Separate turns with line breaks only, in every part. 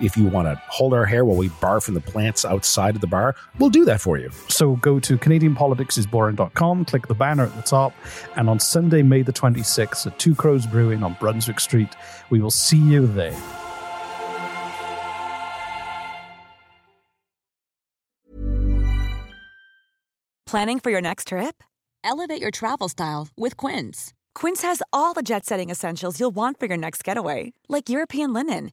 If you want to hold our hair while we barf in the plants outside of the bar, we'll do that for you.
So go to CanadianPoliticsIsBoring.com, click the banner at the top, and on Sunday, May the 26th at Two Crows Brewing on Brunswick Street, we will see you there.
Planning for your next trip? Elevate your travel style with Quince. Quince has all the jet setting essentials you'll want for your next getaway, like European linen,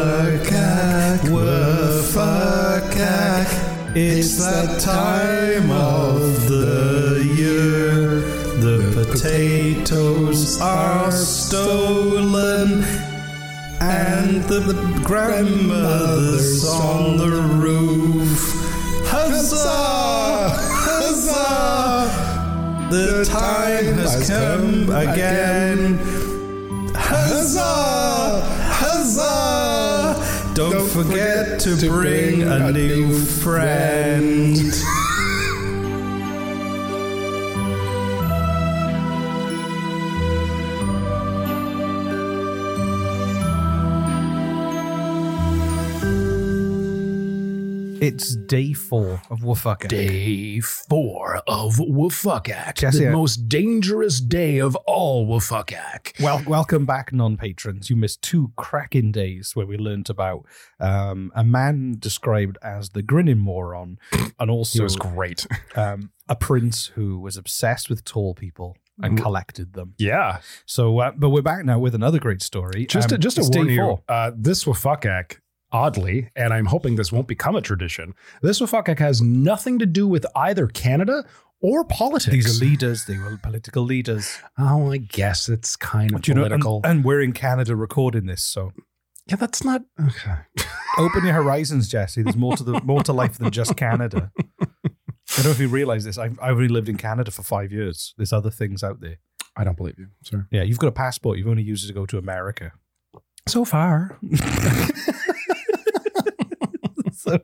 Wuffercack, Wuffercack, it's that time of the year. The potatoes are stolen, and the grandmother's on the roof. Huzzah! Huzzah! The time has come again. Huzzah! Huzzah! Don't, forget, to bring, a new friend.
It's day four of Woofucker.
Day four of Wafuckak,
Jesse, I-
the most dangerous day of all Wafuckak.
Well, welcome back, non-patrons. You missed two cracking days where we learnt about um, a man described as the grinning moron, and
It
also
was great.
um, a prince who was obsessed with tall people and
Mm.
collected them.
Yeah,
So, uh, but we're back now with another great story.
just to,
Um,
just to
it's day
warn you,
four.
uh, this Wafuckak, oddly, and I'm hoping this won't become a tradition. This Wafuckak has nothing to do with either Canada or politics.
These are leaders. They were political leaders.
oh, I guess it's kind of
Do you know, and,
political.
and we're in Canada recording this, so
uh, yeah, that's not okay.
open your horizons, Jesse. There's more to the more to life than just Canada. I don't know if you realize this. I've, I've only lived in Canada for five years. There's other things out there.
I don't believe you. Sorry.
Yeah, you've got a passport. You've only used it to go to America.
So far,
so,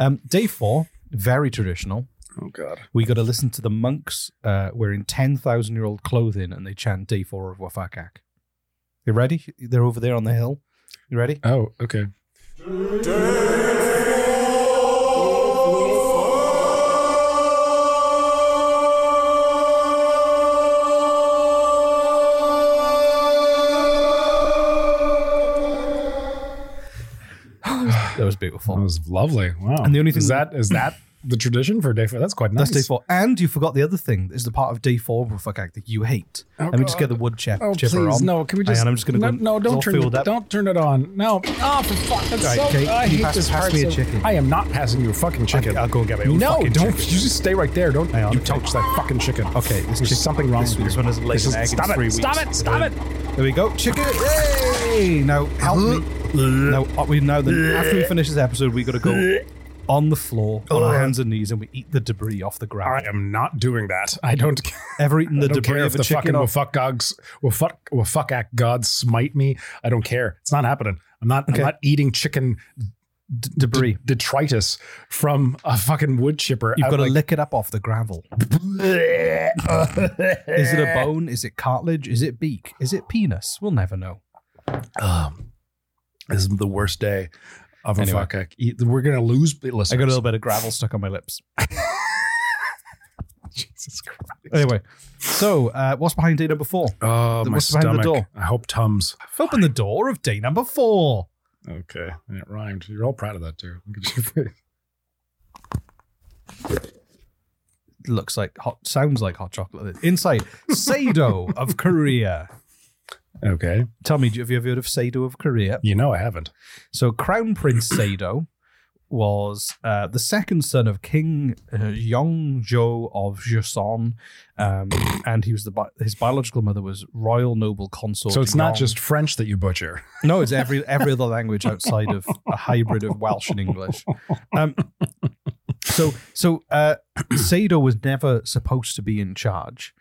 um, day four, very traditional.
oh god.
We got to listen to the monks uh, wearing 10,000 year old clothing and they chant day four of Wafakak. You ready? They're over there on the hill. You ready?
Oh, okay.
That was beautiful.
That was lovely. Wow.
And the only
is
thing-
that is that
the tradition for day four. That's quite nice.
That's day four. And you forgot the other thing that is the part of day four of fuck act that you hate.
Oh,
Let me just
God.
get the wood chip,
Oh
chipper
please,
on.
no! Can we just?
Hang on, I'm just gonna
no,
go-
no,
it's all
don't turn
filled
it.
up.
Don't turn it on. No. Oh, for fuck! That's
All right,
so.
Kate,
I
you
hate
pass-
this
pass
part
me a
so-
chicken.
I am not passing you a fucking chicken.
I'll go get my own
No,
fucking
don't.
chicken.
You just stay right there. Don't
Hang on.
you touch that fucking chicken?
Okay, this
there's
chick-
something wrong
this-
with
this
you.
one has laid
This
an
is-
egg in
Stop
three
it!
weeks.
Stop it! Stop it!
There we go. Chicken. Hey! Now, help me.
Uh-huh.
Now, uh, we know that after we finish this episode, we got to go
Uh-huh.
on the floor on our hands and knees and we eat the debris off the
I
ground.
am not doing that. I don't. care.
Ever eaten the
I don't
debris
care
of
if
a
the
chicken?
fucking
or-
wafuck gods, wafuck, wafuck act gods smite me. I don't care. It's not happening. I'm not.
Okay.
I'm not eating chicken d-
Debris.
d- detritus from a fucking wood chipper.
You've
out,
got to
like-
lick it up off the gravel. Is it a bone? Is it cartilage? Is it beak? Is it penis? We'll never know.
Um, this is the worst day of a
Anyway.
fuck act. E- We're gonna lose
I
listeners.
got a little bit of gravel stuck on my lips.
Jesus Christ.
Anyway, so uh, what's behind day number four?
Oh, my
What's behind
stomach.
the door?
I hope Tums.
Open the door of day number four.
Okay, it rhymed. You're all proud of that too. Look at your face.
Looks like hot, sounds like hot chocolate. Inside, Sado of Korea.
Okay,
Tell me, have you ever heard of Sado of Korea?
you know I haven't.
So Crown Prince Sado was uh, the second son of King uh, Yongzhou of Joseon, um, and he was the bi- his biological mother was royal noble consort.
So it's not
Yong-
just French that you butcher.
no, it's every every other language outside of a hybrid of Welsh and English. Um, so so uh, Sado was never supposed to be in charge,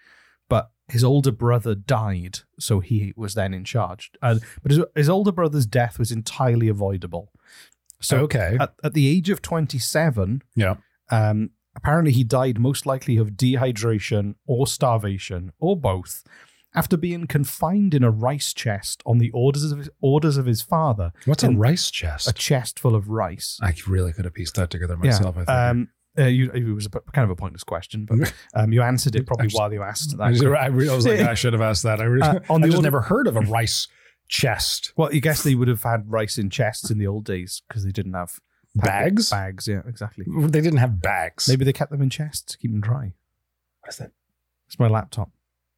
but his older brother died, so he was then in charge. Uh, but his, his older brother's death was entirely avoidable. So
okay,
at, at the age of twenty seven,
yeah.
um, apparently he died most likely of dehydration or starvation or both. After being confined in a rice chest on the orders of his, orders of his father,
What's a
in
rice chest?
a chest full of rice.
I really could have pieced that together myself. I think.
Um, uh, you, it was a, p- kind of a pointless question, but um, you answered it probably
I just-
while you asked
I, just-
that.
I re- I was like, I should have asked that. I, re-
Uh, on
I
the
just
order-
never heard of a rice chest.
Well, you guess they would have had rice in chests in the old days because they didn't have packet-
Bags?
Bags, yeah, exactly.
They didn't have bags.
Maybe they kept them in chests to keep them dry.
What is that?
It's my laptop.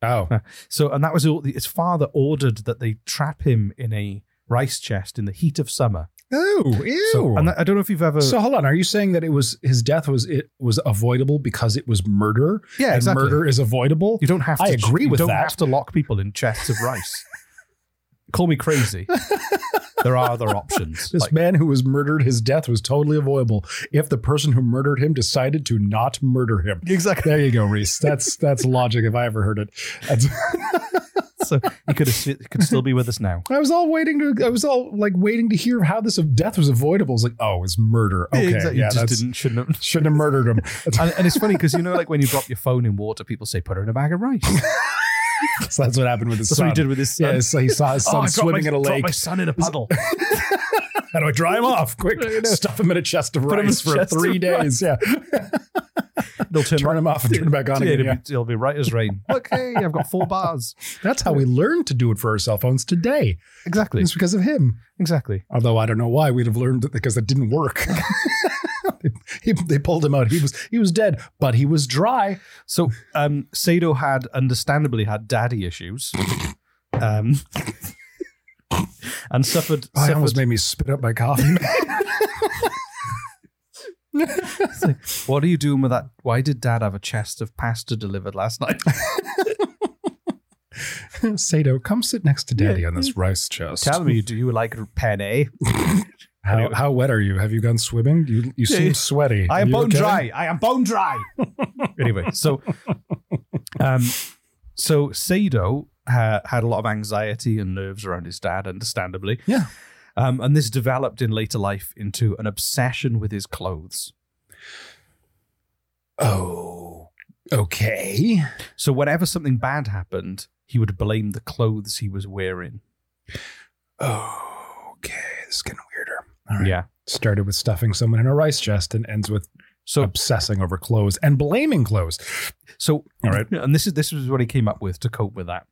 Oh,
So, and that was all. His father ordered that they trap him in a rice chest in the heat of summer.
oh, ew.
So, and that, I don't know if you've ever.
So hold on, are you saying that it was his death was it was avoidable because it was murder?
Yeah,
and
exactly.
murder is avoidable.
you don't have. To,
I agree
you
with
don't
that.
have to lock people in chests of rice. Call me crazy. there are other options.
This
Like,
man who was murdered, his death was totally avoidable if the person who murdered him decided to not murder him.
exactly.
There you go, Reese. That's that's logic if I ever heard it. That's,
So he could have, he could still be with us now.
I was all waiting to I was all like waiting to hear how this death was avoidable. It's like, oh, it's murder. Okay,
Exactly.
yeah,
You just
that's
didn't shouldn't have.
shouldn't have murdered him.
And, and it's funny because you know, like when you drop your phone in water, people say put her in a bag of rice.
so that's what happened with his
That's
son.
what he did with his son.
yeah, so he saw his
Oh, I
son
dropped
swimming in
my,
a
dropped
lake.
my son in a puddle.
How do I dry him off? Quick, stuff him in a chest of
Put him in
rice
a
for
chest
three
of rice.
days. Yeah,
They'll turn,
turn him off and turn him back on again.
Yeah, it'll,
Yeah.
be, it'll be right as rain. Look, hey, I've got four bars.
That's how we learned to do it for our cell phones today.
Exactly.
It's because of him.
Exactly.
Although I don't know why we'd have learned it because it didn't work. he, they pulled him out. He was he was dead, but he was dry.
So um Sado had understandably had daddy issues. Um and suffered
Oh, it
suffered
almost made me spit up my coffee.
what are you doing with that? Why did dad have a chest of pasta delivered last night?
Sato, come sit next to Daddy on this rice chest.
Tell me, do you like penne?
How, how wet are you? Have you gone swimming? You you
Yeah.
seem sweaty.
I
Are
am
you
bone
okay?
dry. I am bone dry. anyway, so um, so Sado uh, had a lot of anxiety and nerves around his dad, understandably.
Yeah.
Um, and this developed in later life into an obsession with his clothes.
Oh, okay.
So whenever something bad happened, he would blame the clothes he was wearing.
Okay, this is getting weirder. All right.
Yeah.
Started with stuffing someone in a rice chest and ends with
So
obsessing over clothes and blaming clothes.
so
All right.
and this is this was what he came up with to cope with that.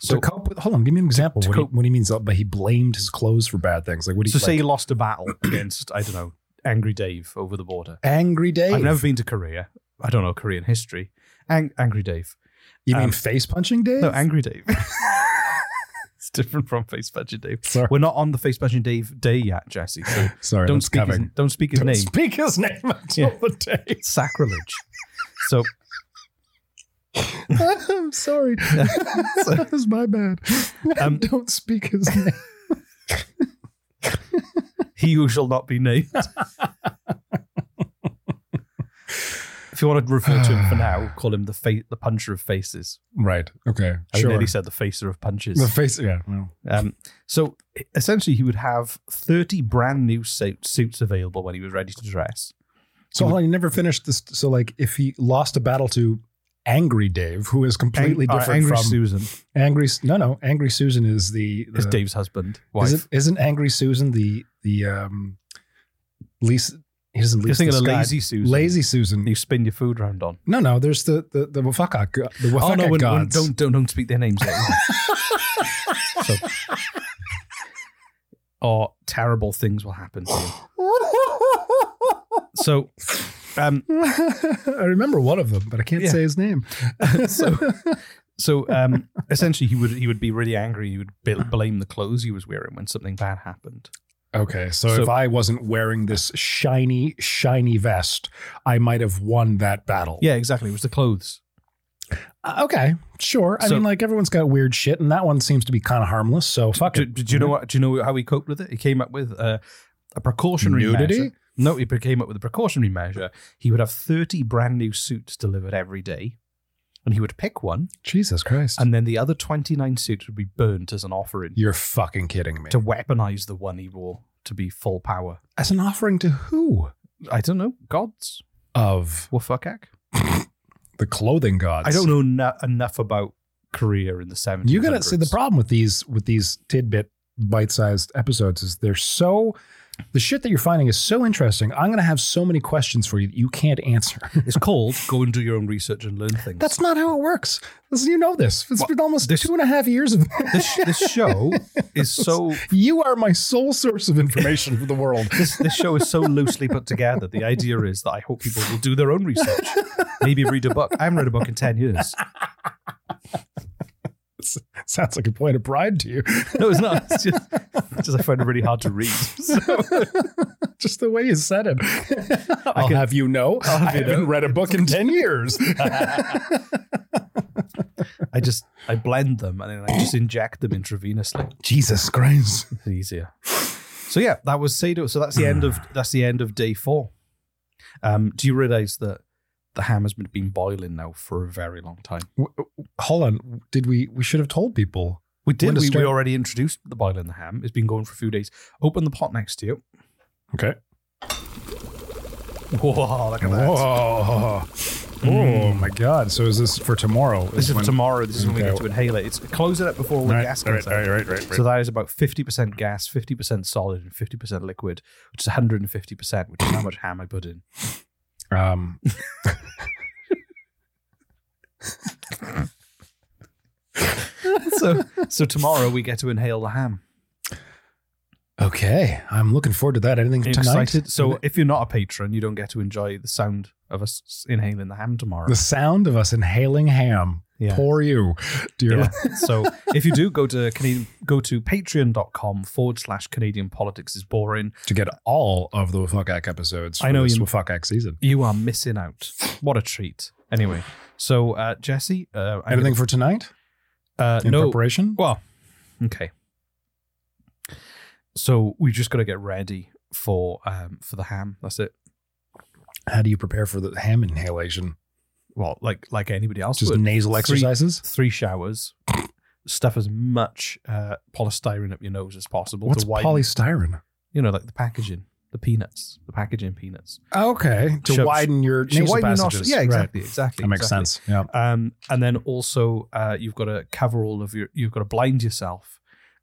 So
So
to cope with, hold on, give me an example.
to
what, uh, do you,
cope-
what do you mean? But he blamed his clothes for bad things. Like what do you
so say
like,
he lost a battle against I don't know Angry Dave over the border.
Angry Dave.
I've never been to Korea. I don't know Korean history. Ang- Angry Dave.
you mean
um,
face punching Dave?
No, Angry Dave. it's different from Face Punching Dave.
Sorry.
We're not on the Face Punching Dave day yet, Jesse. So
Sorry,
don't
that's
speak. His,
coming.
don't speak his
Don't
name.
Speak his name until
Yeah.
the day.
Sacrilege. So
I'm sorry. that was my bad.
Um,
Don't speak his name.
he who shall not be named. if you want to refer to him for now, call him the fa- the puncher of faces.
Right. Okay.
I
sure.
think Eddie said the facer of punches.
the face. Yeah. well,
Um, so essentially, he would have 30 brand new suit, suits available when he was ready to dress.
So hold on, you never finished this. So like, if he lost a battle to Angry Dave, who is completely
Ang- or
different
Angry
from
Susan
Angry. No, no. Angry Susan is the, the
is Dave's husband, wife.
Isn't, isn't Angry Susan the the um, least? He doesn't
You're
least.
thinking
the
of
sky.
Lazy Susan.
Lazy Susan.
You spin your food round on. Oh,
No, no. There's the the the Wafaka, go- the Wafaka
no, when- when-
gods.
don't, don't, don't speak their names. out. so, or terrible things will happen to you. So, um,
I remember one of them, but I can't
Yeah.
say his name.
So- so um, essentially, he would he would be really angry. He would bl- blame the clothes he was wearing when something bad happened.
okay, so,
So-
if I wasn't wearing this shiny, shiny vest, I might have won that battle.
Yeah, exactly. It was the clothes.
Uh, okay, sure. I
So-
mean, like everyone's got weird shit, and that one seems to be kind of harmless. So fuck
Do,
it.
do you know what? Do you know how he coped with it? He came up with a, a precautionary
Nudity?
measure. No, he came up with a precautionary measure. He would have thirty brand new suits delivered every day, and he would pick one,
Jesus Christ!
and then the other twenty nine suits would be burnt as an offering
You're fucking kidding me.
to weaponize the one he wore to be full power.
As an offering to who?
I don't know gods.
Of
Wafakak.
the clothing gods.
I don't know na- enough about Korea in the seventies.
You gotta see the problem with these with these tidbit bite-sized episodes is they're so the shit that you're finding is so interesting. I'm gonna have so many questions for you that you can't answer.
It's called go and do your own research and learn things.
That's not how it works. This- you know this. It's
Well,
been almost
this-
two and a half years of
this, this show is so
you are my sole source of information for the world.
this, this show is so loosely put together. The idea is that I hope people will do their own research, maybe read a book. I haven't read a book in 10 years.
Sounds like a point of pride to you.
No, it's not. It's just, it's just I find it really hard to read. So
Just the way you said it. I'll
can-
have you know.
I'll have
I
you know.
haven't read a book in ten years.
I just, I blend them and then I just inject them intravenously.
Jesus Christ.
It's easier. So yeah, that was Sado. So that's the end of, that's the end of day four. Um, do you realize that the hammer's been- been boiling now for a very long time?
W- w- Hold on. Did we? We should have told people.
We
When
did.
to
We, we
start-
already introduced the boil in the ham. It's been going for a few days. Open the pot next to you.
Okay.
Whoa, look at that.
Whoa. Oh my God. So is this for tomorrow?
Hmm. This is
when-
for tomorrow. This is when we
Okay.
get to inhale it. It's close it up before all
All
the
right,
gas
all
comes
right, all
out.
right, right, right, right.
So that is about fifty percent gas, fifty percent solid, and fifty percent liquid, which is one hundred and fifty percent, which is how much ham I put in.
Um.
So, so tomorrow we get to inhale the ham.
Okay. I'm looking forward to that. Anything
Are you
tonight?
excited? So, if you're not a patron, you don't get to enjoy the sound of us s- inhaling the ham tomorrow.
the sound of us inhaling ham.
Yeah.
Poor you, dear.
Yeah. so if you do go to Canadian, go to patreon.com forward slash Canadian politics is boring.
To get all of the Wafakak episodes. For
I know
this
you-
Wafakak season.
You are missing out. What a treat. Anyway, so uh, Jesse, uh, I'm
Anything for tonight?
gonna- uh,
In
no,
preparation?
Well, okay. So we just got to get ready for um for the ham. That's it.
How do you prepare for the ham inhalation?
Well, like like anybody else
Just
would.
nasal
Three-
exercises.
Three showers. Stuff as much uh, polystyrene up your nose as possible
What's
to widen,
polystyrene?
you know, like the packaging, the peanuts, the packaging peanuts.
Okay, to
Shoves-
widen your
So
nasal
widen your
passages.
nostrils. Yeah,
Right.
exactly, exactly.
That makes
exactly.
sense. Yeah.
Um, and then also uh, you've got to cover all of your, you've got to blind yourself,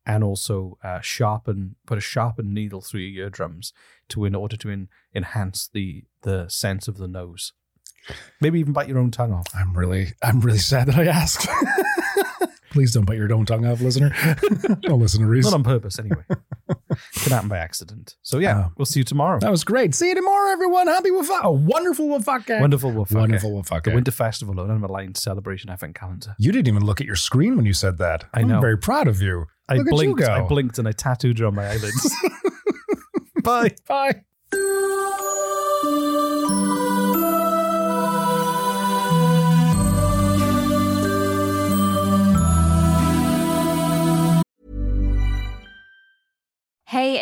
and also uh, sharpen, put a sharpened needle through your eardrums to in order to in, enhance the the sense of the nose. Maybe even bite your own tongue off.
I'm really, I'm really sad that I asked. Please don't bite your own tongue off, listener. don't listen to Reese.
Not on purpose, anyway. Could happen by accident. So yeah,
Oh.
we'll see you tomorrow.
That was great. See you tomorrow, everyone. Happy Wafaka. A wonderful Wafaka.
Wonderful Wolf.
Wonderful
The
Wafaka.
Winter Festival and Underlined Celebration Advent Calendar.
you didn't even look at your screen when you said that.
I know.
I'm very proud of you.
I
look
blinked.
at you go.
I blinked and I tattooed her on my eyelids. Bye.
Bye.
Hey,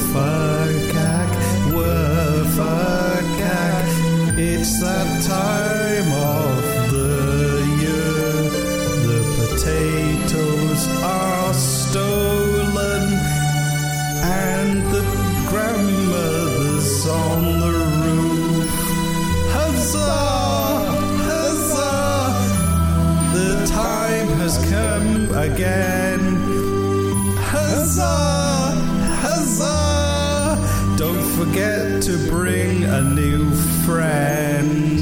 Wafakak, Wafakak, it's that time of the year. The potatoes are stolen, and the grandmother's on the roof. Huzzah! Huzzah! The time has come again. Huzzah! Huzzah! Don't forget to bring a new friend.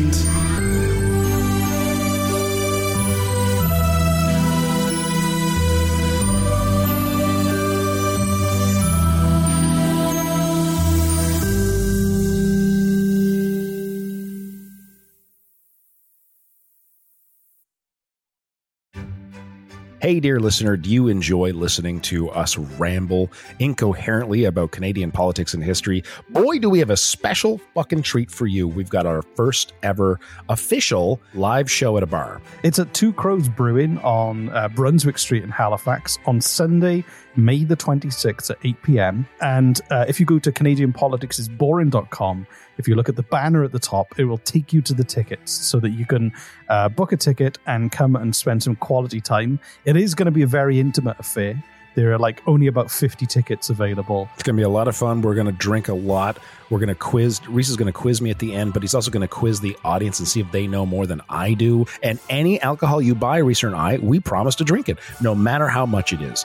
Hey, dear listener, do you enjoy listening to us ramble incoherently about Canadian politics and history? Boy, do we have a special fucking treat for you. We've got our first ever official live show at a bar.
It's at Two Crows Brewing on uh, Brunswick Street in Halifax on Sunday, May the 26th at 8 p.m. And uh, if you go to CanadianPoliticsIsBoring.com, if you look at the banner at the top, it will take you to the tickets so that you can uh, book a ticket and come and spend some quality time. It is going to be a very intimate affair. There are like only about 50 tickets available.
It's going to be a lot of fun. We're going to drink a lot. We're going to quiz. Reese is going to quiz me at the end, but he's also going to quiz the audience and see if they know more than I do. And any alcohol you buy, Reese and I, we promise to drink it, no matter how much it is.